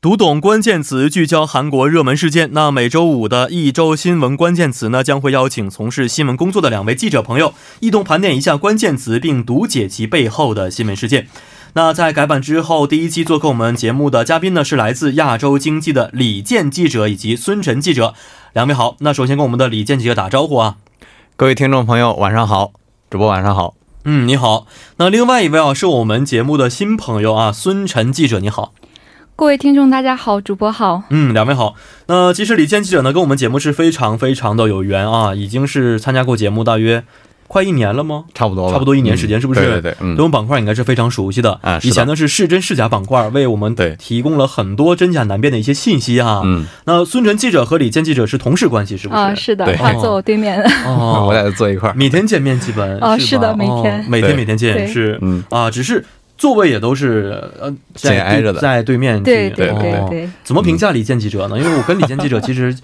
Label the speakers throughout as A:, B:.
A: 读懂关键词，聚焦韩国热门事件。那每周五的一周新闻关键词呢，将会邀请从事新闻工作的两位记者朋友，一同盘点一下关键词，并读解其背后的新闻事件。那在改版之后，第一期做客我们节目的嘉宾呢，是来自亚洲经济的李健记者以及孙晨记者。两位好，那首先跟我们的李健记者打招呼啊。
B: 各位听众朋友，晚上好，主播晚上好。
A: 嗯，你好。那另外一位啊，是我们节目的新朋友啊，孙晨记者，你好。
C: 各位听众，大家好，主播好。
A: 嗯，两位好。那其实李健记者呢，跟我们节目是非常非常的有缘啊，已经是参加过节目大约快一年了吗？
B: 差不多吧，
A: 差不多一年时间，
B: 嗯
A: 是不是？
B: 对对对，嗯
A: 这，种板块应该是非常熟悉的。
B: 啊是
A: 以
B: 的
A: 前呢是是真是假板块，为我们
B: 对
A: 提供了很多真假难辨的一些信息啊。
B: 嗯，
A: 那孙晨记者和李健记者是同事关系，是不是？
C: 啊、是的
B: 对，
C: 他坐我对面。
A: 哦，
B: 嗯我俩坐一块儿。
A: 每天见面，基本
C: 哦
A: 吧
C: 是的每天
A: 哦每天
B: 对
A: 每天见
C: 对
A: 是
B: 嗯，
A: 啊，只是座位也都是呃在对
B: 紧挨着的
A: 在对面去
C: 对对
B: 哦
C: 对
A: 哦
C: 对，
A: 怎么评价李健记者呢？
B: 嗯
A: 因为我跟李健记者其实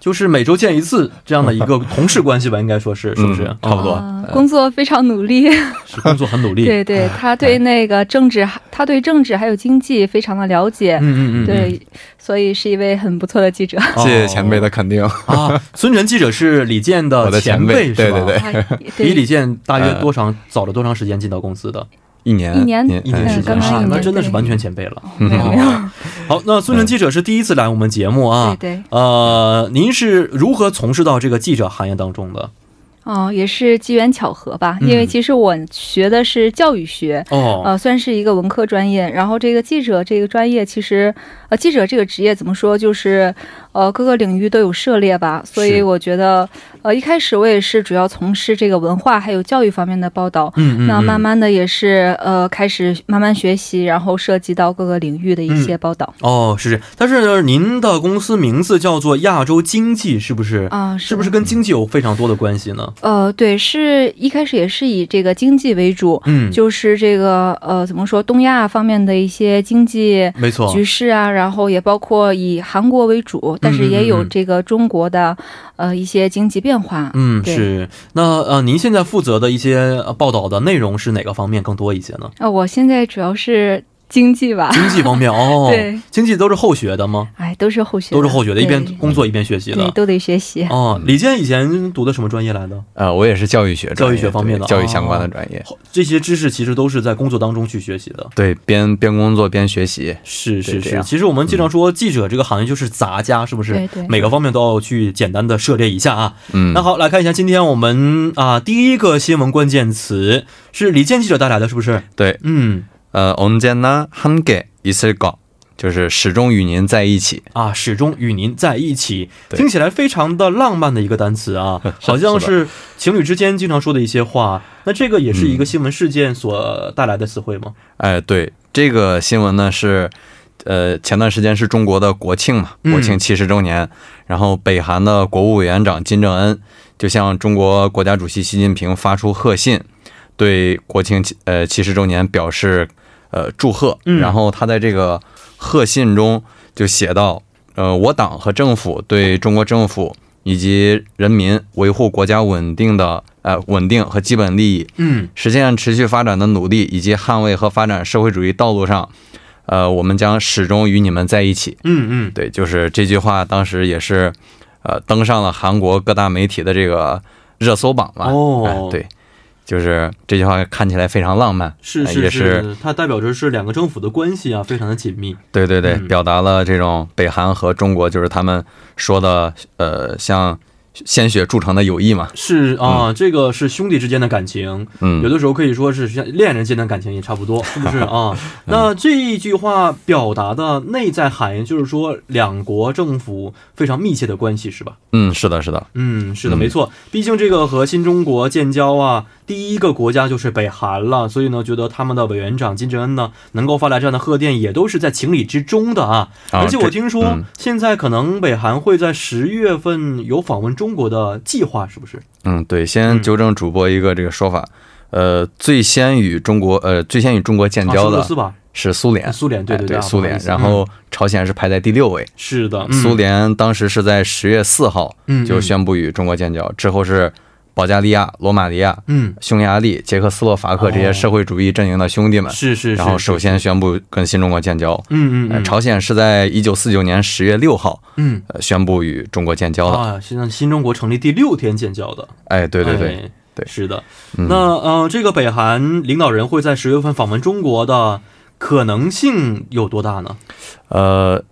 A: 就是每周见一次这样的一个同事关系吧，应该说 是是不是？哦
B: 嗯差不多
C: 啊工作非常努力。
A: 是工作很努力。哎
C: 对对，他对那个政治，他对政治还有经济非常的了解。
A: 嗯嗯嗯，嗯，
C: 对，所以是一位很不错的记者。
A: 哦
B: 谢谢前辈的肯定，
A: 啊。孙晨记者是李健
B: 我
A: 的
B: 的前辈
A: 辈，是吧
B: 对对对
C: 啊
A: 比哎李
C: 对，
A: 健大约多长早了多长时间进到公司的？
B: 一年
C: 一年
A: 一年时间
C: 嗯刚刚一
A: 啊，
C: 年
A: 那真的是
C: 对
A: 完全前辈了。嗯哦
C: 没有没有，
A: 好，那孙晨记者是第一次来我们节目啊
C: 对。对，
A: 呃，您是如何从事到这个记者行业当中的？
C: 哦，也是机缘巧合吧，
A: 嗯
C: 因为其实我学的是教育学，
A: 哦，
C: 呃，算是一个文科专业。然后这个记者这个专业，其实呃，记者这个职业怎么说，就是呃各个领域都有涉猎吧。所以
A: 是
C: 我觉得，呃，一开始我也是主要从事这个文化还有教育方面的报道。
A: 嗯嗯，
C: 那
A: 嗯
C: 慢慢的也是呃开始慢慢学习，然后涉及到各个领域的一些报道
A: 哦，是是，但是您的公司名字叫做亚洲经济，是不是？
C: 啊、
A: 是不是跟经济有非常多的关系呢？
C: 呃对，是一开始也是以这个经济为主，
A: 嗯，
C: 就是这个呃怎么说东亚方面的一些经济
A: 没错，
C: 局势啊，然后也包括以韩国为主，但是也有这个中国的呃一些经济变化。
A: 嗯，
C: 对
A: 是。那呃，您现在负责的一些呃报道的内容是哪个方面更多一些呢？
C: 啊、我现在主要是经济吧，
A: 经济方面哦，
C: 对，
A: 经济都是后学的吗？
C: 哎，都是后学的，
A: 都是后学的，一边
C: 对
A: 工作一边学习
C: 对
A: 的。
C: 都得学习。
A: 哦，李健以前读的什么专业来的？
B: 呃，我也是教育学专
A: 教
B: 业，
A: 育学方面的
B: 对教育相关的哦专业。
A: 后这些知识其实都是在工作当中去学习的。
B: 对，边边工作边学习。
A: 是是
B: 对这
A: 是，
B: 样
A: 其实我们经常说记者这个行业就是杂家，是不是？
C: 嗯对对
A: 每个方面都要去简单的涉猎一下啊。
B: 嗯，
A: 那好，来看一下今天我们啊第一个新闻关键词是李健记者带来的，是不是？
B: 对，
A: 嗯
B: 呃，언제나함께있을거，就是始终与您在一起。
A: 啊，始终与您在一起，
B: 对
A: 听起来非常的浪漫的一个单词 啊，好像是情侣之间经常说的一些话。那这个也是一个新闻事件所带来的词汇吗？
B: 哎、对，这个新闻呢是，呃，前段时间是中国的国庆嘛，
A: 嗯
B: 国庆七十周年，然后北韩的国务委员长金正恩就向中国国家主席习近平发出贺信，对国庆七呃七十周年表示呃祝贺，
A: 嗯
B: 然后他在这个贺信中就写到，呃，我党和政府对中国政府。以及人民维护国家稳定的呃稳定和基本利益，
A: 嗯
B: 实现持续发展的努力，以及捍卫和发展社会主义道路上，呃，我们将始终与你们在一起。
A: 嗯嗯，
B: 对，就是这句话，当时也是，呃，登上了韩国各大媒体的这个热搜榜嘛。
A: 哦
B: 哎对，就是这句话看起来非常浪漫。
A: 是
B: 哎也
A: 是
B: 是
A: 是，它代表着是两个政府的关系啊，非常的紧密。
B: 对对对，
A: 嗯
B: 表达了这种北韩和中国，就是他们说的，呃，像鲜血铸成的友谊嘛。
A: 是啊、这个是兄弟之间的感情，有
B: 嗯，
A: 的时候可以说是像恋人间的感情也差不多，是 不是啊？那这一句话表达的内在含义就是说，两国政府非常密切的关系，是吧？
B: 嗯，是的，是的，
A: 嗯，是的，
B: 嗯
A: 没错。毕竟这个和新中国建交啊，第一个国家就是北韩了，所以呢，觉得他们的委员长金正恩呢，能够发来这样的贺电，也都是在情理之中的啊。
B: 啊
A: 而且
B: 这
A: 我听说
B: 嗯，
A: 现在可能北韩会在十月份有访问中国的计划，是不是？
B: 嗯，对，先纠正主播一个这个说法，呃，最先与中国呃最先与中国建
A: 啊，是
B: 交
A: 俄罗
B: 的
A: 斯吧？
B: 是苏联，
A: 啊苏联对
B: 哎
A: 对
B: 对
A: 对啊
B: 苏
A: 不好
B: 联
A: 意，思
B: 然后朝鲜是排在第六位，
A: 是的，嗯
B: 苏联当时是在十月四号
A: 嗯
B: 就宣布与中国建交，之后是保加利亚、罗马尼亚、
A: 嗯，
B: 匈牙利、捷克斯洛伐克这些社会主义阵营的兄弟们，
A: 哦是是是，
B: 呃然后首先宣布跟新中国建交。
A: 嗯嗯
B: 呃
A: 嗯，
B: 朝鲜是在一九四九年十月六号，
A: 嗯
B: 呃，宣布与中国建交的。
A: 啊，现在新中国成立第六天建交的，
B: 哎，呃对对对，
A: 哎
B: 对
A: 是的。
B: 嗯
A: 那呃，这个北韩领导人会在十月份访问中国的可能性有多大呢？
B: 呃，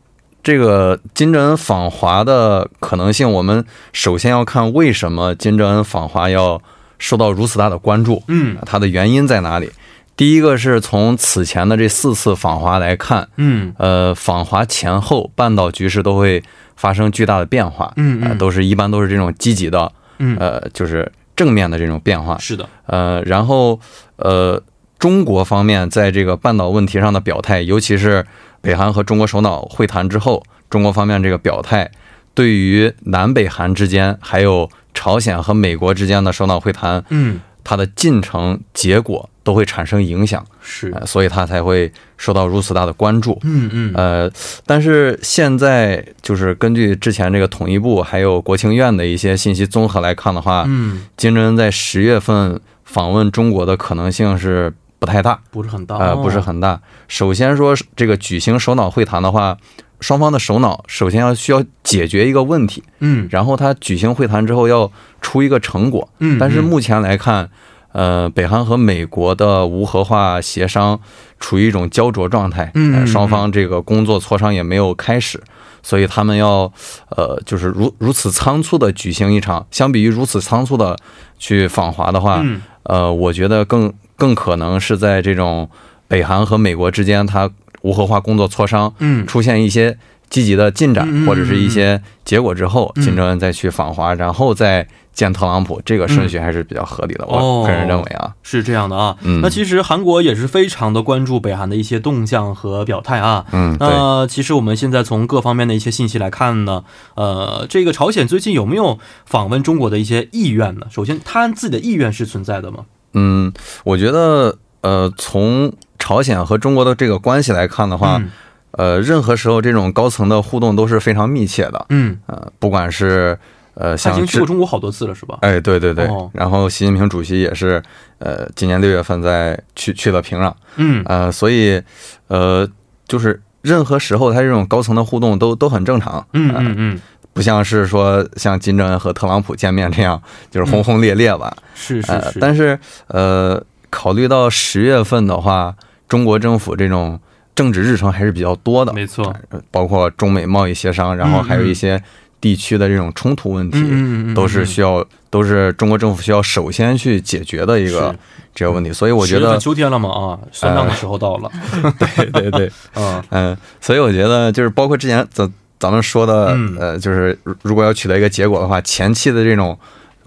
B: 这个金正恩访华的可能性，我们首先要看为什么金正恩访华要受到如此大的关注，
A: 嗯
B: 它的原因在哪里？第一个是从此前的这四次访华来看，
A: 嗯
B: 呃，访华前后半岛局势都会发生巨大的变化，
A: 嗯
B: 呃，
A: 嗯
B: 都是一般都是这种积极的，
A: 嗯，
B: 呃，就是正面的这种变化，
A: 是的，
B: 呃，然后呃，中国方面在这个半岛问题上的表态，尤其是北韩和中国首脑会谈之后，中国方面这个表态，对于南北韩之间，还有朝鲜和美国之间的首脑会谈，
A: 嗯
B: 它的进程、结果都会产生影响，
A: 是，
B: 呃、所以它才会受到如此大的关注。
A: 嗯嗯
B: 呃，但是现在就是根据之前这个统一部还有国情院的一些信息综合来看的话，
A: 嗯，
B: 金正恩在十月份访问中国的可能性是不太大，
A: 不是很大，哦
B: 呃，不是很大。首先说这个举行首脑会谈的话，双方的首脑首先要需要解决一个问题，
A: 嗯
B: 然后他举行会谈之后要出一个成果。
A: 嗯，
B: 但是目前来看，呃，北韩和美国的无核化协商处于一种焦灼状态，
A: 嗯嗯
B: 呃
A: 嗯
B: 双方这个工作磋商也没有开始，所以他们要呃，就是如如此仓促的举行一场，相比于如此仓促的去访华的话，
A: 嗯
B: 呃，我觉得更更可能是在这种北韩和美国之间，它无核化工作磋商
A: 嗯
B: 出现一些积极的进展
A: 嗯嗯嗯
B: 或者是一些结果之后，
A: 嗯
B: 金正恩再去访华，然后再见特朗普，这个顺序还是比较合理的，
A: 嗯哦
B: 我个人认为啊。
A: 是这样的啊。
B: 嗯
A: 那其实韩国也是非常的关注北韩的一些动向和表态啊。
B: 嗯，对，
A: 那其实我们现在从各方面的一些信息来看呢，呃，这个朝鲜最近有没有访问中国的一些意愿呢？首先，他自己的意愿是存在的吗？
B: 嗯，我觉得呃，从朝鲜和中国的这个关系来看的话，
A: 嗯
B: 呃，任何时候这种高层的互动都是非常密切的，
A: 嗯，
B: 呃，不管是呃，
A: 他已
B: 像
A: 经去
B: 之
A: 过中国好多次了，是吧？
B: 哎，对对对，
A: 哦
B: 然后习近平主席也是，呃，今年六月份在去去了平壤，
A: 嗯
B: 呃，所以，呃，就是任何时候他这种高层的互动都都很正常，
A: 嗯
B: 呃
A: 嗯嗯，
B: 不像是说像金正恩和特朗普见面这样就是轰轰烈烈吧，
A: 嗯是是
B: 呃
A: 是，，
B: 但是呃，考虑到十月份的话，中国政府这种政治日程还是比较多的，
A: 没错，
B: 呃包括中美贸易协商，然后还有一些地区的这种冲突问题，
A: 嗯嗯嗯，
B: 都是需要，都是中国政府需要首先去解决的一个
A: 是
B: 这个问题。所以
A: 要
B: 我觉得，呃
A: 秋天了嘛啊，算账的时候到了，
B: 对对对，
A: 嗯
B: 嗯，所以我觉得就是包括之前咱咱们说的
A: 嗯，
B: 呃，就是如如果要取得一个结果的话，前期的这种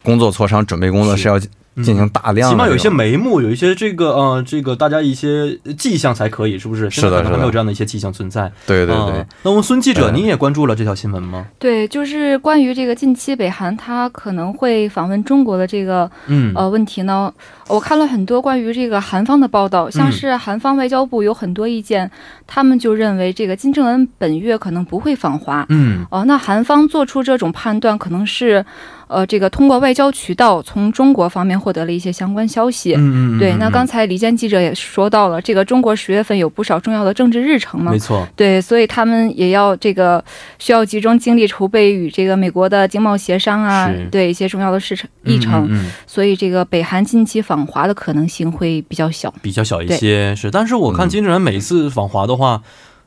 B: 工作磋商、准备工作
A: 是
B: 是要进
A: 嗯
B: 行大 量
A: 起
B: 的这种，
A: 码有一些眉目，有一些这个呃，这个大家一些迹象才可以，是不是？
B: 是的
A: 现在可能
B: 是的
A: 还没有这样的一些迹象存在。
B: 对对
A: 啊
B: 对，
A: 那我们孙记者，
B: 嗯
A: 您也关注了这条新闻吗？
C: 对，就是关于这个近期北韩他可能会访问中国的这个
A: 嗯，
C: 呃问题呢，我看了很多关于这个韩方的报
A: 嗯
C: 道，像是韩方外交部有很多意见，他们就认为这个金正恩本月可能不会访华。
A: 嗯
C: 哦，那韩方做出这种判断，可能是，呃，这个通过外交渠道从中国方面获得了一些相关消息。
A: 嗯嗯，
C: 对，
A: 嗯
C: 那刚才李健记者也说到了，这个中国十月份有不少重要的政治日程嘛
A: 没，错，
C: 对，所以他们也要这个需要集中精力筹备与这个美国的经贸协商啊
A: 是，
C: 对一些重要的事程议程、
A: 嗯嗯嗯
C: 所以这个北韩近期访华的可能性会比较小。
A: 比较小一些是，但是我
C: 嗯
A: 看金正恩每次访华的话，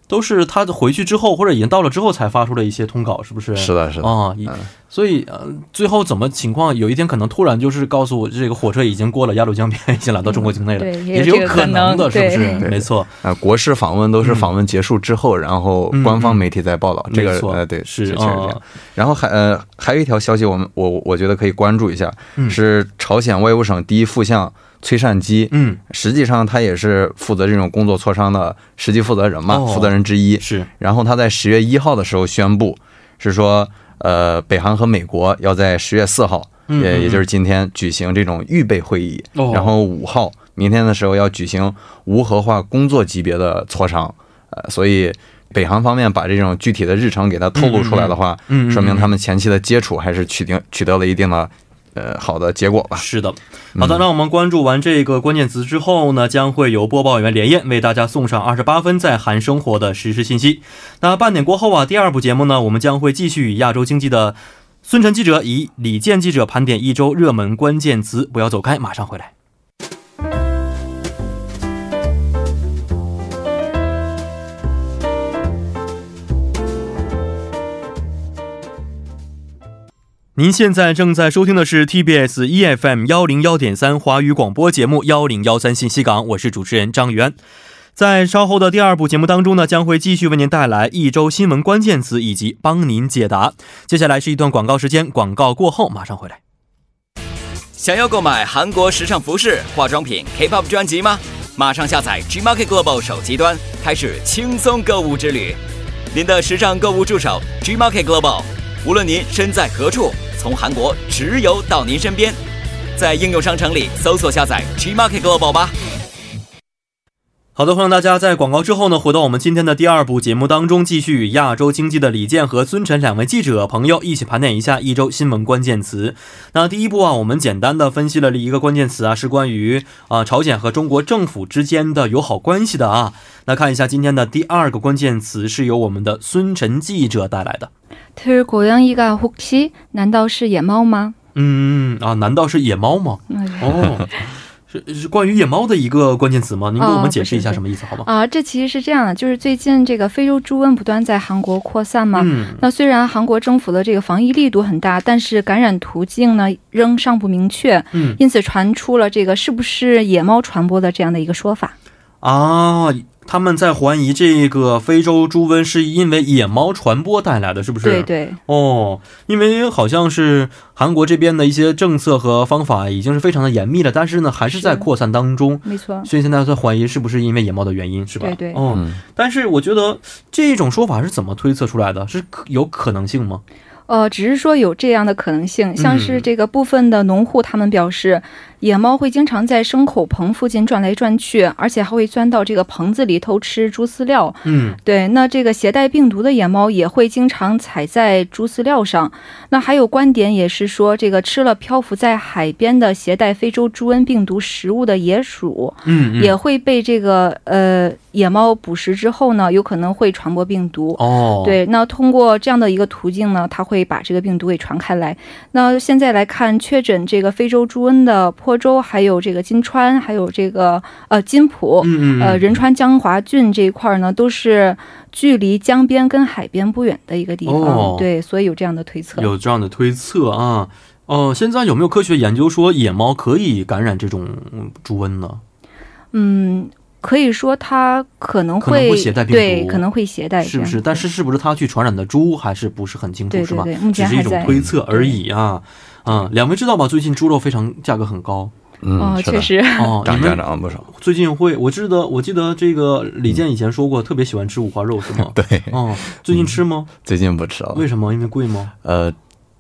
A: 都是他回去之后或者已经到了之后才发出了一些通稿，是不是？
B: 是的，是的，嗯
A: 啊、一所以呃，最后怎么情况？有一天可能突然就是告诉我，这个火车已经过了鸭绿江边，已经来到中国境内了，
C: 嗯对
A: 也
C: 也
A: 是
C: 有这
A: 有
C: 个
A: 可
C: 可
A: 能
C: 能
A: 的，是 不是？
B: 对
A: 没错，
B: 呃，国事访问都是访问结束之后，然后
A: 嗯
B: 官方媒体在报道，这
A: 没
B: 个
A: 错
B: 呃，对，
A: 是
B: 确实这样
A: 啊。
B: 然后还呃还有一条消息我，们我我觉得可以关注一下，
A: 嗯
B: 是朝鲜外务省第一副相崔善基，
A: 嗯，
B: 实际上他也是负责这种工作磋商的实际负责人嘛，
A: 哦
B: 负责人之一。
A: 是，
B: 然后他在十月一号的时候宣布，是说呃北韩和美国要在十月四号，
A: 嗯
B: 也
A: 嗯
B: 也就是今天举行这种预备会议，
A: 哦
B: 然后五号明天的时候要举行无核化工作级别的磋商，呃，所以。北韩方面把这种具体的日程给他透露出来的话，
A: 嗯嗯嗯嗯嗯
B: 说明他们前期的接触还是取定取得了一定的呃好的结果吧。
A: 是的，好的，那我们关注完这个关键词之后呢，将会由播报员连夜为大家送上二十八分在韩生活的实时信息。那半点过后啊，第二部节目呢，我们将会继续以亚洲经济的孙晨记者以李健记者盘点一周热门关键词，不要走开，马上回来。您现在正在收听的是 TBS EFM E 幺零幺点三华语广播节目幺零幺三信息港，我是主持人张元。在稍后的第二部节目当中呢，将会继续为您带来一周新闻关键词以及帮您解答。接下来是一段广告时间，广告过后马上回来。
D: 想要购买韩国时尚服饰、化妆品、K-pop 专辑吗？马上下载 G Market Global 手机端，开始轻松购物之旅。您的时尚购物助手 G Market Global，无论您身在何处，从韩国直邮到您身边。在应用商城里搜索下载 G Market Global 吧。
A: 好的，欢迎大家在广告之后呢，回到我们今天的第二部节目当中，继续与亚洲经济的李健和孙晨两位记者朋友一起盘点一下一周新闻关键词。那第一步啊，我们简单的分析了一个关键词啊，是关于啊、呃朝鲜和中国政府之间的友好关系的啊。那看一下今天的第二个关键词是由我们的孙晨记者带来的。
C: 들 고양이가 혹시 난다오시 예마오 마
A: 嗯啊，难道是野猫吗？哦，是是关于野猫的一个关键词吗？您给我们解释一下什么意思好吗？
C: 啊，这其实是这样的，就是最近这个非洲猪瘟不断在韩国扩散嘛。
A: 嗯，
C: 那虽然韩国政府的这个防疫力度很大，但是感染途径呢仍尚不明确，
A: 嗯
C: 因此传出了这个是不是野猫传播的这样的一个说法。
A: 啊，他们在怀疑这个非洲猪瘟是因为野猫传播带来的，是不是？
C: 对。对，
A: 哦，因为好像是韩国这边的一些政策和方法已经是非常的严密了，但是呢，还是在
C: 是
A: 扩散当中。
C: 没错，
A: 所以现在在怀疑是不是因为野猫的原因，是吧？
C: 嗯对对
A: 哦，
B: 嗯
A: 但是我觉得这种说法是怎么推测出来的？是可有可能性吗？
C: 呃，只是说有这样的可能性，像是
A: 嗯
C: 这个部分的农户他们表示，野猫会经常在牲口棚附近转来转去，而且还会钻到这个棚子里偷吃猪饲料。
A: 嗯，
C: 对，那这个携带病毒的野猫也会经常踩在猪饲料上。那还有观点也是说，这个吃了漂浮在海边的携带非洲猪瘟病毒食物的野鼠，
A: 嗯，嗯
C: 也会被这个呃野猫捕食之后呢，有可能会传播病毒。
A: 哦，，
C: 对，那通过这样的一个途径呢，它会把这个病毒给传开来。那现在来看，确诊这个非洲猪瘟的坡州，还有这个金川，还有这个呃金浦，
A: 嗯嗯，
C: 呃，
A: 嗯
C: 仁川江华郡这一块儿呢，都是距离江边跟海边不远的一个地方，
A: 哦
C: 对，所以有这样的推测。
A: 有这样的推测啊。哦、现在有没有科学研究说野猫可以感染这种嗯猪瘟呢？
C: 嗯，可以说它可能
A: 可能
C: 会
A: 会携带病毒
C: 对，可能会携带
A: 是
C: 这样
A: 不
C: 的，
A: 是？但是是不是它去传染的猪还是不是很清楚，
C: 对
A: 是
C: 对
A: 吧？
C: 对，目
A: 只
C: 前
A: 是一
C: 还
A: 种
C: 在。
A: 推测而已啊。啊，两位知道吧？最近猪肉非常价格很 高
C: 哦，
B: 嗯，是
C: 确
B: 的，
C: 实，
A: 哦。你
B: 涨
A: 们
B: 涨涨了不少。？
A: 最近会，我记得我记得这个李健以前说过，特别喜欢吃五花肉，是吗
B: 对，嗯
A: 哦，最近吃吗？
B: 最近不吃了。
A: 为什么？因为贵吗？
B: 呃，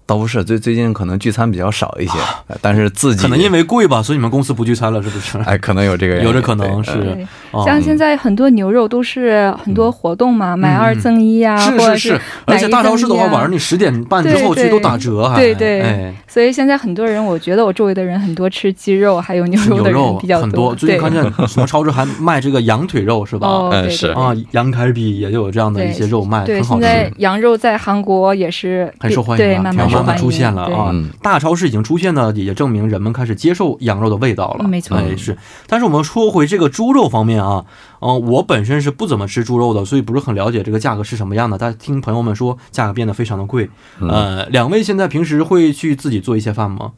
B: 倒不是，最最近可能聚餐比较少一些，呃但是自
A: 啊
B: 己
A: 可能因为贵吧，所以你们公司不聚餐了，是不 是？
B: 哎，可能有这个原因
A: 有这可能
B: 对
A: 是
B: 嗯
C: 对
A: 哦
C: 像现在很多牛肉都是很多活动嘛，买二赠一啊，
A: 嗯是
C: 或者
A: 是是，而且大超市的话，晚上你十点半之后去都打折，还
C: 啊对对
A: 哎，
C: 所以现在很多人，我觉得我周围的人很多吃鸡肉还 有牛
A: 牛
C: 肉的
A: 肉
C: 人比较
A: 很多。最
C: 对
A: 近看见什么超市还卖这个羊腿肉是吧？
C: 哦，
B: 嗯
C: 对对
B: 是
A: 啊，羊凯比也就有这样的一些肉卖，
C: 对，
A: 很好
C: 现在
A: 吃。
C: 羊肉在韩国也是
A: 很受欢迎
C: 对，
A: 吧
C: 慢
A: 挺
C: 慢
A: 好
C: 受
A: 慢慢
C: 欢迎
A: 出现了啊
B: 嗯，
A: 大超市已经出现呢，也证明人们开始接受羊肉的味道了。
C: 嗯没错
A: 哎是。但是我们说回这个猪肉方面啊，嗯、我本身是不怎么吃猪肉的，所以不是很了解这个价格是什么样的。但是听朋友们说，价格变得非常的贵。
B: 嗯
A: 呃，两位现在平时会去自己做一些饭 吗？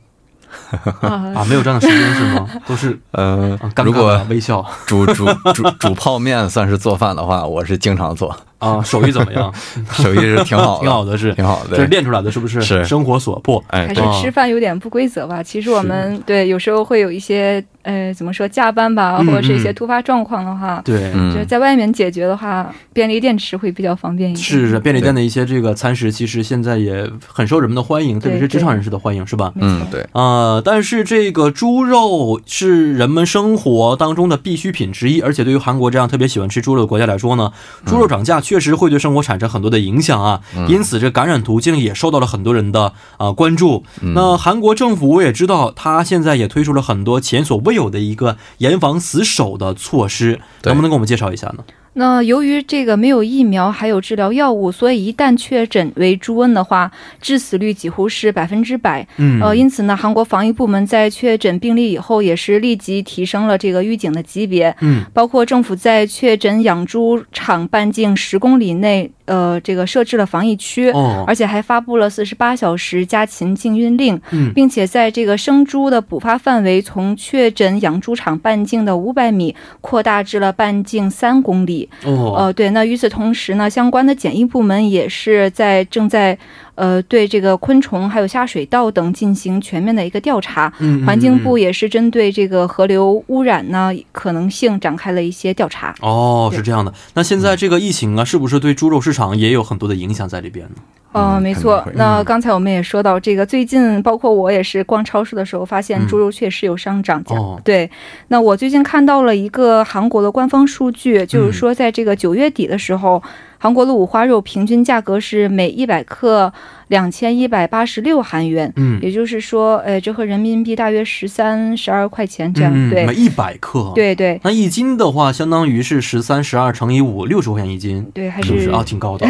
C: 对啊
A: 啊， 没有这样的时间是吗？ 都是
B: 呃
A: 啊，尴
B: 如
A: 尬的
B: 果
A: 微笑
B: 煮煮煮 煮泡面算是做饭的话，我是经常 做，
A: 啊，手艺怎么样？
B: 手艺是挺 好的，
A: 挺好的是，
B: 挺好的
A: 这是练出来的，是不是？
B: 是
A: 生活所迫。
B: 哎
C: 还是
B: 对，
C: 吃饭有点不规则吧。其实我们对有时候会有一些呃，怎么说加班吧，
A: 嗯
C: 或者是一
A: 嗯
C: 些突发状况的话，
A: 对，
C: 就是
B: 嗯，
C: 在外面解决的话，便利店吃会比较方便一点。
A: 是是，便利店的一些这个餐食，其实现在也很受人们的欢迎，特别是职场人士的欢迎，是吧？
C: 没错
B: 嗯，对，
A: 啊、但是这个猪肉是人们生活当中的必需品之一，而且对于韩国这样特别喜欢吃猪肉的国家来说呢，猪肉涨价确实会对生活产生很多的影响啊。因此，这感染途径也受到了很多人的啊、呃关注。那韩国政府我也知道，它现在也推出了很多前所未有的一个严防死守的措施，
B: 对
A: 能不能给我们介绍一下呢？
C: 那由于这个没有疫苗，还有治疗药物，所以一旦确诊为猪瘟的话，致死率几乎是百分之百。
A: 嗯，
C: 呃，因此呢，韩国防疫部门在确诊病例以后，也是立即提升了这个预警的级别，
A: 嗯，
C: 包括政府在确诊养猪场半径十公里内，呃，这个设置了防疫区。
A: 哦，
C: 而且还发布了四十八小时家禽禁运令，
A: 嗯
C: 并且在这个生猪的捕发范围从确诊养猪场半径的五百米扩大至了半径三公里。
A: 哦，
C: 呃，对，那与此同时呢，相关的检疫部门也是在正在呃对这个昆虫还有下水道等进行全面的一个调查。
A: 嗯，嗯
C: 环境部
A: 嗯
C: 也是针对这个河流污染呢可能性展开了一些调查。
A: 哦，是这样的。那现在这个疫情啊，是不是对猪肉市场也有很多的影响在里边呢？
C: 呃，
B: 嗯
C: 没
B: 肯定
C: 错
B: 会。
C: 那刚才我们也说到，这个最近包括我也是逛超市的时候，发现猪肉确实有上涨价。
A: 哦
C: 对，那我最近看到了一个韩国的官方数据，就是说在这个九月底的时候，韩国的五花肉平均价格是每一百克两千一百八十六韩元。
A: 嗯，
C: 也就是说，呃，折合人民币大约十三、十二块钱这样，
A: 嗯，
C: 对
A: 每，一百克，，
C: 对对
A: 那一斤的话，相当于是十三、十二乘以五，六十块钱一斤，
C: 对，还
A: 是不
C: 是
A: 是啊？挺高的。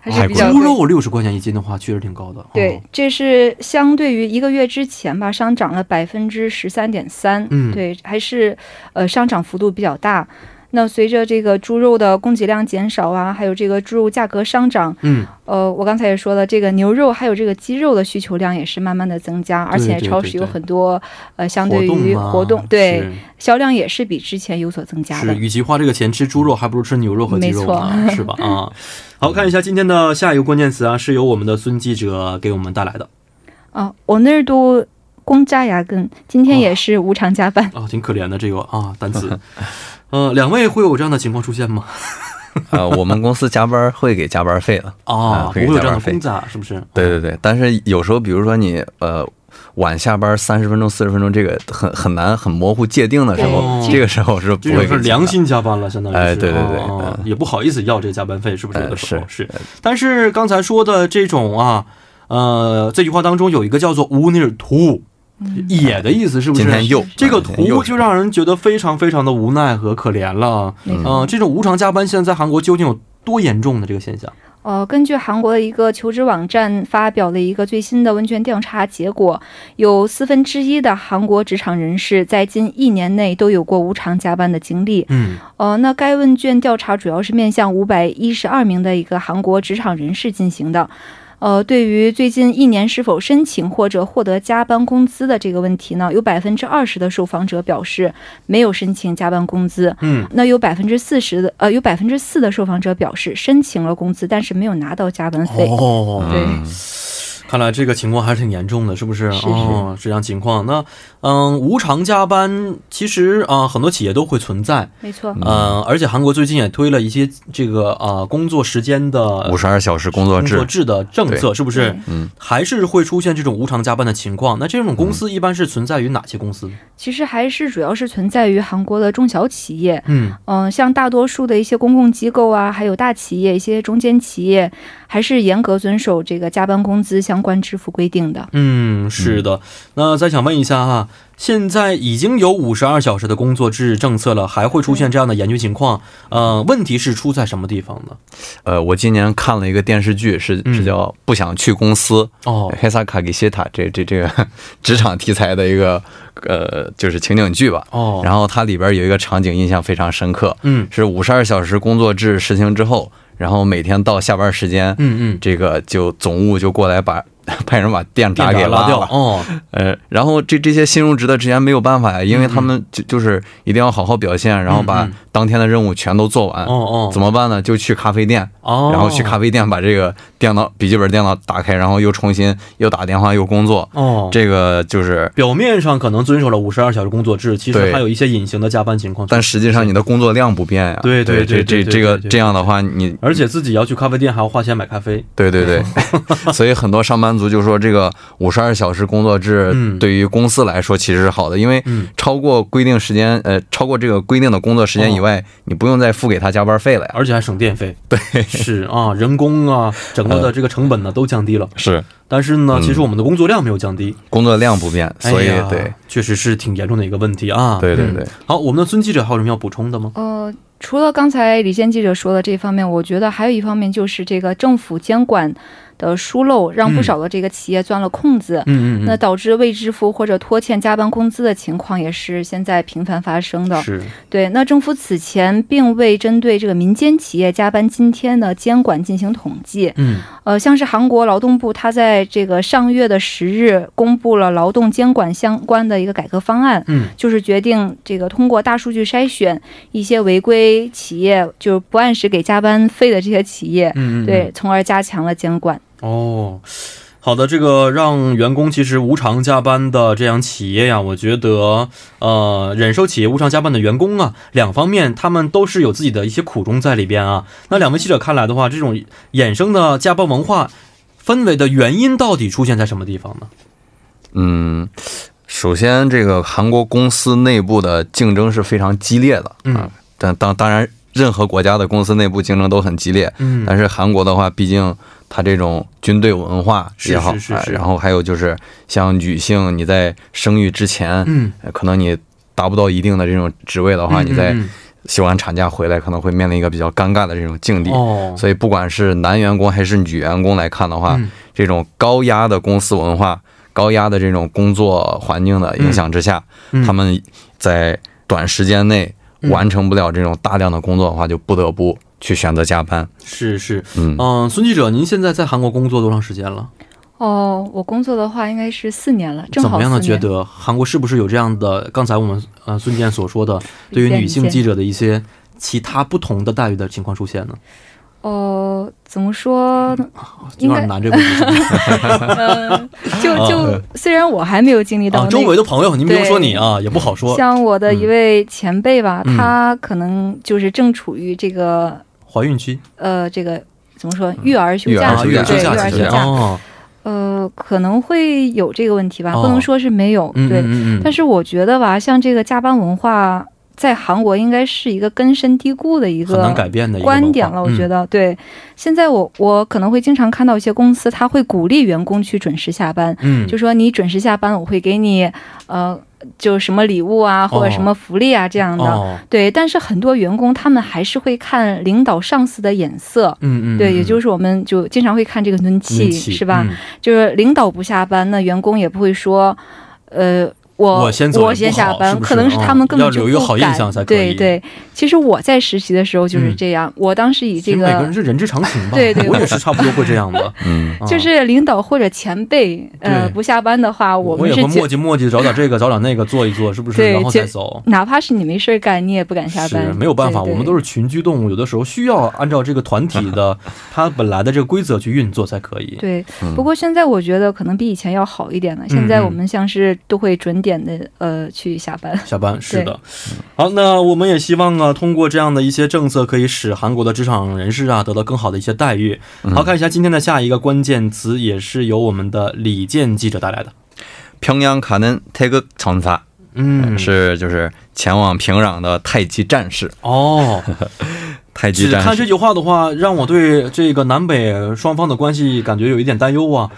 C: 还是 比较
A: 猪
C: 贵
A: 肉六十块钱一斤的话，确实挺高的。
C: 对
A: 哦，，
C: 这是相对于一个月之前吧，上涨了百分之十三点三，
A: 嗯
C: 对，还是呃上涨幅度比较大。那随着这个猪肉的供给量减少啊，还有这个猪肉价格上涨，
A: 嗯，
C: 呃，我刚才也说了，这个牛肉还有这个鸡肉的需求量也是慢慢的增加，而且
A: 对对
C: 超市有
A: 对
C: 很多呃相
A: 活
C: 对
A: 动
C: 于
A: 嘛
C: 活动，对，销量也是比之前有所增加
A: 是，
C: 的
A: 是，。与其花这个钱吃猪肉，还不如吃牛肉和鸡肉呢， 是吧？啊，好看一下今天的下一个关键词啊，是由我们的孙记者给我们带来的
C: 啊，오늘도공짜야근，今
A: 哦
C: 天也是无偿加班。
A: 啊，挺可怜的这个啊单 词。呃，两位会有这样的情况出现吗？
B: 呃，我们公司加班会给加班费的。
A: 啊，
B: 啊
A: 不
B: 会
A: 会
B: 有
A: 有这样
B: 加
A: 的
B: 班费
A: 公仔，是不哦是？
B: 对对对，但是有时候，比如说你呃晚下班三十分钟、四十分钟，这个很很难很模糊界定的时候
A: 哦，
B: 这个时候是不
A: 这
B: 会
A: 种是
B: 给钱的
A: 良心加班了，相当于是，
B: 哎对对对
A: 哦也不好意思要这加班费，是不是？有的时候
B: 哎
A: 是，但是刚才说的这种啊，呃，这句话当中有一个叫做无 n i 图，
C: 嗯
A: 野的意思，是不是？
B: 今天又啊
A: 这个
B: 今天又
A: 图就让人觉得非常非常的无奈和可怜了。
C: 没
A: 嗯、
C: 错
A: 这种无偿加班现在在韩国究竟有多严重的这个现象？
C: 呃，根据韩国的一个求职网站发表了一个最新的问卷调查结果，有四分之一的韩国职场人士在近一年内都有过无偿加班的经历。
A: 嗯，
C: 呃，那该问卷调查主要是面向五百一十二名的一个韩国职场人士进行的。呃，对于最近一年是否申请或者获得加班工资的这个问题呢，有百分之二十的受访者表示没有申请加班工资。
A: 嗯，
C: 那有百分之四十的呃，有百分之四的受访者表示申请了工资，但是没有拿到加班费。
A: 哦，
C: 对，
A: 看来这个情况还是挺严重的，是不是？
C: 是是
A: 哦，这样情况，那嗯，无偿加班其实啊、很多企业都会存在。
C: 没错。
A: 嗯，而且韩国最近也推了一些这个啊、工作时间的
B: 五十二小时工作
A: 工作
B: 制，
A: 制的政策，是不是
C: 对？
A: 嗯，还是会出现这种无偿加班的情况。那这种公司一般是存在于哪些公司？
C: 其实还是主要是存在于韩国的中小企业，
A: 嗯，
C: 嗯、像大多数的一些公共机构啊，还有大企业、一些中间企业，还是严格遵守这个加班工资相关支付规定的。
A: 嗯，是的。那再想问一下哈，现在已经有五十二小时的工作制政策了，还会出现这样的严峻情况？呃，问题是出在什么地方呢？
B: 呃，我今年看了一个电视剧，是
A: 嗯
B: 是叫《不想去公司
A: 哦》，
B: 黑萨卡给谢塔这这这个 职场题材的一个呃就是情景剧吧。
A: 哦，
B: 然后它里边有一个场景印象非常深刻，
A: 嗯
B: 是五十二小时工作制实行之后，然后每天到下班时间，
A: 嗯嗯，
B: 这个就总务就过来把 派人把电闸
A: 电
B: 给
A: 闸拉
B: 掉
A: 掉
B: 了。
A: 哦，
B: 呃，然后这这些新入职的之前没有办法
A: 嗯
B: 呀，因为他们就就是一定要好好表现，然后把当天的任务全都做完。
A: 哦哦，
B: 怎么办呢？就去咖啡店，
A: 哦，
B: 然后去咖啡店把这个电脑笔记本电脑打开，然后又重新又打电话又工作。
A: 哦，
B: 这个就是，
A: 表面上可能遵守了五十二小时工作制，其实
B: 对
A: 还有一些隐形的加班情况。
B: 但实际上你的工作量不变呀。
A: 对对对
B: 这
A: 对
B: 这
A: 对
B: 这个
A: 对对
B: 这样的话，你嗯
A: 而且自己要去咖啡店还要花钱买咖啡。
B: 对对对，所以很多上班汉族就说这个五十二小时工作制
A: 嗯
B: 对于公司来说其实是好的，因为
A: 嗯
B: 超过规定时间，呃，超过这个规定的工作时间以
A: 哦
B: 外，你不用再付给他加班费了呀。
A: 而且还省电费。对，是啊，人工啊，整个的
B: 嗯
A: 这个成本呢都降低了。
B: 是
A: 但是呢，其实我们的工作量没有降低，
B: 工作量不变，嗯所以、
A: 哎呀
B: 对，
A: 确实是挺严重的一个问题啊。
B: 对对对
A: 嗯好，我们的孙记者还有什么要补充的吗？
C: 呃，除了刚才李健记者说的这方面，我觉得还有一方面就是这个政府监管的疏漏，让不少的这个企业钻了空子。
A: 嗯
C: 那导致未支付或者拖欠加班工资的情况也是现在频繁发生的。
A: 是，
C: 对，那政府此前并未针对这个民间企业加班津贴的监管进行统计。
A: 嗯
C: 呃，像是韩国劳动部，它在这个上月的十日公布了劳动监管相关的一个改革方案，
A: 嗯
C: 就是决定这个通过大数据筛选一些违规企业，就是不按时给加班费的这些企业，
A: 嗯，嗯
C: 对，从而加强了监管。
A: 哦，好的，这个让员工其实无偿加班的这样企业呀，我觉得，呃，忍受企业无偿加班的员工啊，两方面他们都是有自己的一些苦衷在里边啊。那两位记者看来的话，这种衍生的加班文化氛围的原因到底出现在什么地方呢？
B: 嗯，首先这个韩国公司内部的竞争是非常激烈的，
A: 嗯
B: 啊，但当当然，任何国家的公司内部竞争都很激烈，
A: 嗯
B: 但是韩国的话，毕竟它这种军队文化也好，
A: 是是是
B: 哎
A: 是
B: 然后还有就是像女性，你在生育之前，
A: 嗯，
B: 呃可能你达不到一定的这种职位的话，你在
A: 嗯
B: 休完产假回来，可能会面临一个比较尴尬的这种境地。
A: 哦，
B: 所以，不管是男员工还是女员工来看的话，
A: 嗯
B: 这种高压的公司文化、高压的这种工作环境的影响之下，
A: 嗯
B: 他们在短时间内
A: 嗯
B: 完成不了这种大量的工作的话，就不得不去选择加班。
A: 是是，
B: 嗯，
A: 嗯、孙记者，您现在在韩国工作多长时间了？
C: 哦，我工作的话应该是四年了，正
A: 怎
C: 好
A: 么
C: 四
A: 样
C: 年。
A: 的觉得韩国是不是有这样的？刚才我们呃孙健所说的，对于女性记者的一些其他不同的待遇的情况出现呢？
C: 哦，怎么说呢？
A: 有
C: 应该
A: 点难这个问题是不是。
C: 嗯，就就虽然我还没有经历到、
A: 啊，
C: 那个
A: 周围的朋友，您别说你啊，也不好说。
C: 像我的一位前辈吧，
A: 嗯
C: 他可能就是正处于这个
A: 怀孕期
C: 呃这个怎么说育儿休假
B: 啊
A: 啊，育儿休
C: 对育
A: 假
C: 儿
A: 期
C: 休
A: 间
B: 对
C: 假、
A: 哦，
C: 呃可能会有这个问题吧，
A: 哦
C: 不能说是没有、
A: 嗯
C: 对、
A: 嗯嗯嗯，
C: 但是我觉得吧，像这个加班文化在韩国应该是一个根深蒂固的一
A: 很难
C: 个
A: 改变的一个嗯
C: 观点了，我觉
A: 得。
C: 得、对。现在我我可能会经常看到一些公司，他会鼓励员工去准时下班，
A: 嗯，
C: 就说你准时下班，我会给你呃，就什么礼物啊，或者什么福利啊、这样的。
A: 哦，
C: 对，但是很多员工他们还是会看领导上司的眼色。
A: 嗯嗯，嗯
C: 对，也就是是我们就经常会看这个눈치，是吧？？就是领导不下班，那员工也不会说，呃，我
A: 我先走也不好
C: 先下班
A: 是不是嗯
C: 可能是他们根本就
A: 要
C: 不
A: 留一
C: 敢。
A: 个好印象才可以嗯
C: 对对，其实我在实习的时候就是这样，我当时以
A: 其实
C: 这
A: 每个人
C: 个
A: 是人之常情吧。
C: 对对
A: 我也是差不多会这样的。
B: 嗯，
A: 啊
C: 就是领导或者前辈，呃，
A: 对
C: 不下班的话，
A: 我
C: 们
A: 也
C: 是
A: 会
C: 觉
A: 磨叽磨叽，找点这个，找点那个，做一做，是不是？
C: 对
A: 然后
C: 就
A: 再走。
C: 哪怕是你没事儿干，你也不敢下
A: 是
C: 班，
A: 没有办法，我们都
C: 是
A: 是群居动物，有的时候需要按照这个团体 的它本来的这个规则去运作才可以。
C: 对
B: 嗯。
C: 不过现在我觉得可能比以前要好一点了。
A: 嗯
C: 现在我们像是都会准点的呃去下班。
A: 下班是的，嗯好，那我们也希望啊，通过这样的一些政策，可以使韩国的职场人士啊得到更好的一些待遇。
B: 嗯
A: 好，看一下今天的下一个关键词，也是由我们的李健记者带来的。
B: 평양가는태극전사
A: 嗯，
B: 是就是前往平壤的太极战士，
A: 哦，
B: 太极
A: 只
B: 战
A: 看
B: 士
A: 这句话的话，让我对这个南北双方的关系感觉有一点担忧 啊。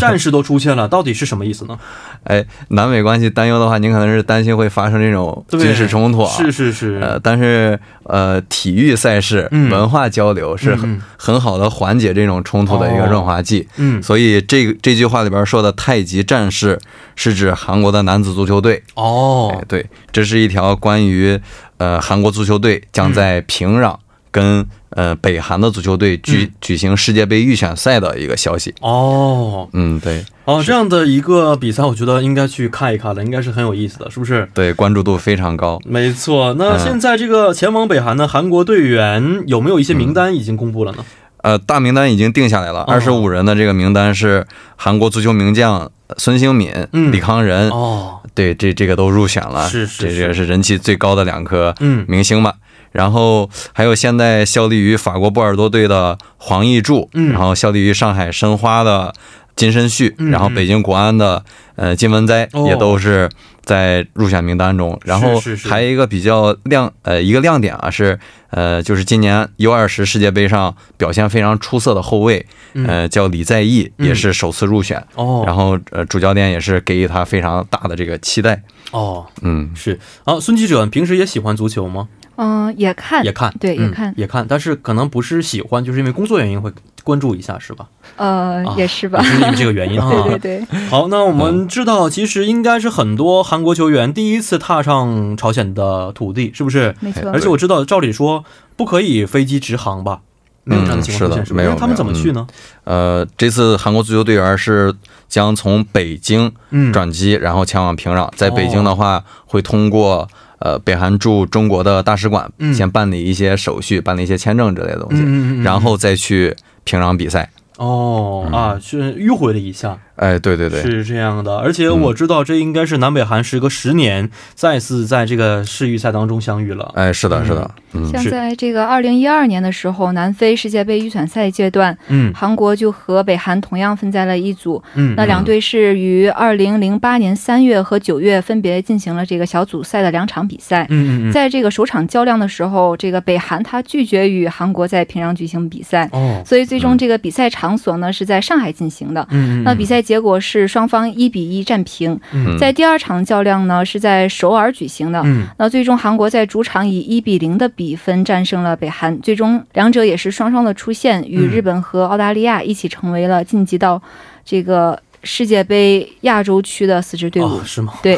A: 战士都出现了，到底是什么意思呢？
B: 哎，南北关系担忧的话，您可能是担心会发生这种
A: 对
B: 军事冲突啊。
A: 是是是，
B: 呃，但是呃，体育赛事、
A: 嗯
B: 文化交流是很、
A: 嗯嗯
B: 很好的缓解这种冲突的一个润滑剂。
A: 嗯，
B: 所以这这句话里边说的太极战士是指韩国的男子足球队。
A: 哦
B: 哎，，对，这是一条关于呃韩国足球队将在平壤跟、呃北韩的足球队举、
A: 嗯
B: 举行世界杯预选赛的一个消息。
A: 哦，
B: 嗯，对
A: 哦，这样的一个比赛，我觉得应该去看一看的，应该是很有意思的，是不是？
B: 对，关注度非常高。
A: 没错。那
B: 嗯
A: 现在这个前往北韩的韩国队员有没有一些名单已经公布了呢？
B: 呃，大名单已经定下来了，
A: 哦
B: 二十五人的这个名单是韩国足球名将孙兴敏、
A: 嗯
B: 李康仁，
A: 哦，
B: 对，这这个都入选了，
A: 是是
B: 这这
A: 是
B: 个是人气最高的两颗
A: 嗯
B: 明星吧。然后还有现在效力于法国波尔多队的黄义柱，
A: 嗯
B: 然后效力于上海申花的金申旭，
A: 嗯
B: 然后北京国安的呃金文哉
A: 哦
B: 也都是在入选名单中。然后
A: 是是
B: 还有一个比较亮呃一个亮点啊是呃就是今年 U 二十世界杯上表现非常出色的后卫，呃叫李在义，
A: 嗯
B: 也是首次入选。
A: 哦，
B: 然后呃主教练也是给予他非常大的这个期待。
A: 哦，
B: 嗯，
A: 是啊。孙记者平时也喜欢足球吗？
C: 嗯、也看
A: 也看，
C: 对也
A: 嗯
C: 看
A: 也看，但是可能不是喜欢，就是因为工作原因会关注一下，是吧？
C: 呃、
A: 啊
C: 也是吧
A: 也。是因为这个 原因啊。
C: 对对对，
A: 好，那我们知道，其实应该是很多韩国球员第一次踏上朝鲜的土地，是不是？
C: 没错
A: 而。且我知道，照理说不可以飞机直航吧？没有这样的情况出现，
B: 嗯是的
A: 是吧
B: 没有
A: 那他们怎么去呢？
B: 呃，这次韩国足球队员是将从北京
A: 嗯，哦
B: 转机，然后前往平壤。在北京的话，会通过呃北韩驻中国的大使馆
A: 嗯，
B: 先办理一些手续，办理一些签证之类的东
A: 嗯
B: 西，
A: 嗯嗯，
B: 然后再去平壤比赛。
A: 哦啊，是迂回了一下，
B: 哎，对嗯对嗯对，
A: 是这样的。而且我知道，这应该是南北韩时隔十年再次在这个世预赛当中相遇了。
B: 哎，是的，是的，嗯，
C: 像
A: 是
C: 在这个二零一二年的时候，南非世界杯预选赛阶段，
A: 嗯
C: 韩国就和北韩同样分在了一组。
A: 嗯，
C: 那两队是于二零零八年三月和九月分别进行了这个小组赛的两场比赛。
A: 嗯嗯嗯，
C: 在这个首场较量的时候，这个北韩他拒绝与韩国在平壤举行比赛，
A: 哦，
C: 所以最终这个比赛场所呢是在上海进行的。
A: 嗯嗯，
C: 那比赛结果是双方一比一战平。
A: 嗯
C: 在第二场较量呢是在首尔举行的。
A: 嗯
C: 那最终韩国在主场以一比零的比分战胜了北韩，最终两者也是双双的出线，与
A: 嗯
C: 日本和澳大利亚一起成为了晋级到这个世界杯亚洲区的四支队伍。
A: 哦是吗？
C: 对，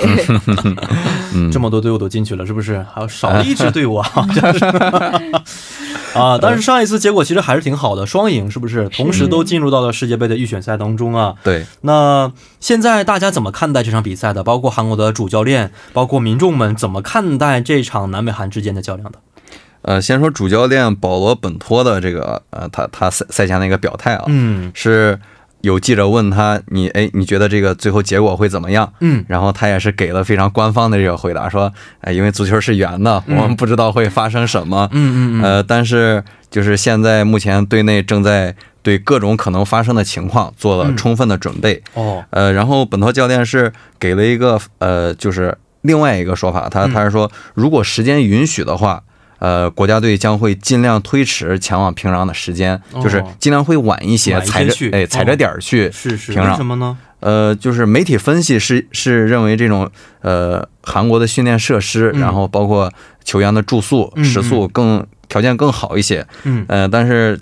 B: 嗯
A: 这么多队伍都进去了，是不是？还有
B: 哎
A: 少了一支队伍 啊，好像是啊！但是上一次结果其实还是挺好的，双赢是不是？同时都进入到了世界杯的预选赛当中啊。
B: 对，
A: 那现在大家怎么看待这场比赛的？包括韩国的主教练，包括民众们怎么看待这场南北韩之间的较量的？
B: 呃，先说主教练保罗本托的这个呃，他他赛赛前的一个表态啊，
A: 嗯
B: 是有记者问他，你哎，你觉得这个最后结果会怎么样？
A: 嗯
B: 然后他也是给了非常官方的这个回答，说，哎，因为足球是圆的，我们不知道会发生什么。
A: 嗯嗯嗯嗯，
B: 呃，但是就是现在目前队内正在对各种可能发生的情况做
A: 嗯
B: 了充分的准备。
A: 哦，
B: 呃，然后本托教练是给了一个呃，就是另外一个说法，他
A: 嗯
B: 他是说，如果时间允许的话。呃，国家队将会尽量推迟前往平壤的时间，
A: 哦
B: 就是尽量会晚一些，
A: 晚一些
B: 踩着
A: 去
B: 哎踩着
A: 哦
B: 点儿去，
A: 是是，
B: 平壤
A: 为什么呢？
B: 呃，就是媒体分析是是认为这种呃韩国的训练设施，
A: 嗯
B: 然后包括球员的住宿、
A: 嗯
B: 食宿更条件更好一些。
A: 嗯
B: 呃，但是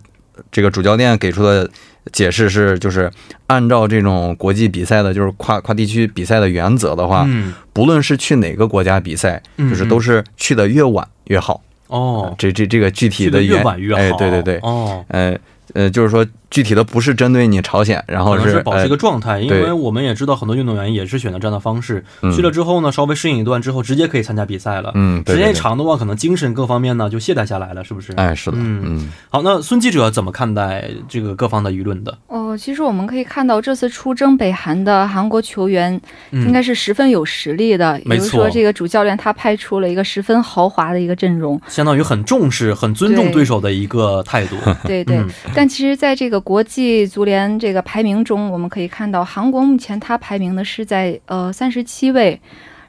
B: 这个主教练给出的解释是，就是按照这种国际比赛的，就是跨跨地区比赛的原则的话，
A: 嗯
B: 不论是去哪个国家比赛，
A: 嗯
B: 就是都是去的越晚越好。
A: 哦，
B: 这这这个具体
A: 去
B: 的
A: 的
B: 原
A: 越晚越好。
B: 哎，对对对，
A: 哦。
B: 呃呃，就是说具体的不是针对你朝鲜，然后
A: 可能
B: 是哎呃
A: 是保持一个状态，因
B: 对
A: 为我们也知道很多运动员也是选择这样的方式，
B: 嗯
A: 去了之后呢，稍微适应一段之后，直接可以参加比赛了。
B: 嗯对对
A: 时间一
B: 对
A: 长的话，可能精神各方面呢就懈怠下来了，是不是？
B: 哎，是的，
A: 嗯
B: 嗯
A: 好，那孙记者怎么看待这个各方的舆论的？
C: 哦，其实我们可以看到，这次出征北韩的韩国球员
A: 嗯
C: 应该是十分有实力的，
A: 没
C: 也就是说，
A: 错
C: 这个主教练他派出了一个十分豪华的一个阵容。
A: 相当于很重视、很尊重
C: 对
A: 对手的一个态 度。
C: 对对
A: 嗯，
C: 但其实，在这个国际足联这个排名中，我们可以看到，韩国目前它排名的是在呃三十七位，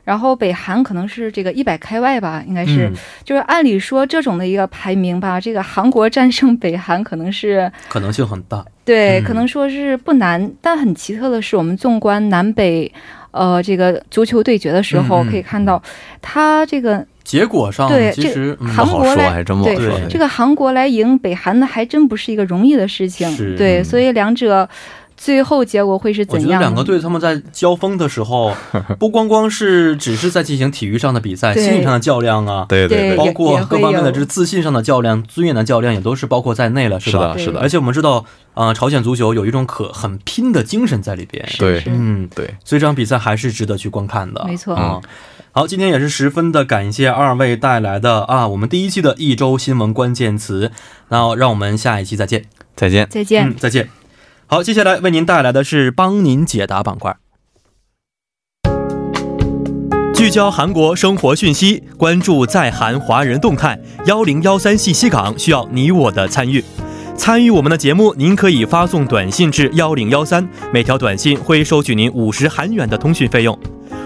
C: 然后北韩可能是这个一百开外吧，应该是。
A: 嗯，
C: 就是按理说这种的一个排名吧，这个韩国战胜北韩可能是
A: 可能性很大。
C: 对，
A: 嗯
C: 可能说是不难。但很奇特的是，我们纵观南北呃这个足球对决的时候，
A: 嗯嗯
C: 可以看到它这个
A: 结果上
C: 对
A: 其实
C: 这
A: 嗯
B: 不
C: 韩
B: 好
C: 国
B: 说，
C: 嘞
B: 还真不好
C: 对
A: 哎
B: 说。
C: 这个韩国来赢北韩呢，还真不是一个容易的事情
A: 是。
C: 对，
B: 嗯
C: 所以两者最后结果会是
A: 我觉
C: 怎
A: 得
C: 样？
A: 两个队他们在交锋的时 候，不光光是只是在进行体育上的比赛，
C: 对
A: 心理上的较量啊，
B: 对对
C: 对
B: 对，
A: 包括各方面的
C: 也也会
A: 这
C: 有
A: 自信上的较量、尊严的较量，也都是包括在内了，
B: 是
A: 吧？
B: 的，是
A: 而
B: 的，
A: 且我们知道，啊、朝鲜足球有一种可很拼的精神在里边，
B: 对
C: 是
A: 嗯，
B: 对，
A: 所以这场比赛还是值得去观看的，
C: 没错
A: 啊、好，今天也是十分的感谢二位带来的啊，我们第一期的一周新闻关键词，那让我们下一期再见，
B: 再见。
C: 再见。
A: 嗯，再见。好，接下来为您带来的是帮您解答板块。聚焦韩国生活讯息，关注在韩华人动态，幺零幺三信息港需要你我的参与。参与我们的节目，您可以发送短信至幺零幺三，每条短信会收取您五十韩元的通讯费用。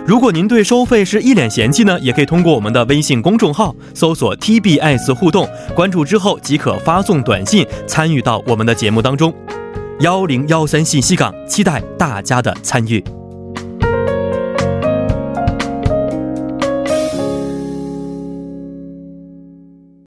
A: 如果您对收费是一脸嫌弃呢，也可以通过我们的微信公众号搜索 TBS 互动，关注之后即可发送短信参与到我们的节目当中。幺零幺三信息港，期待大家的参与。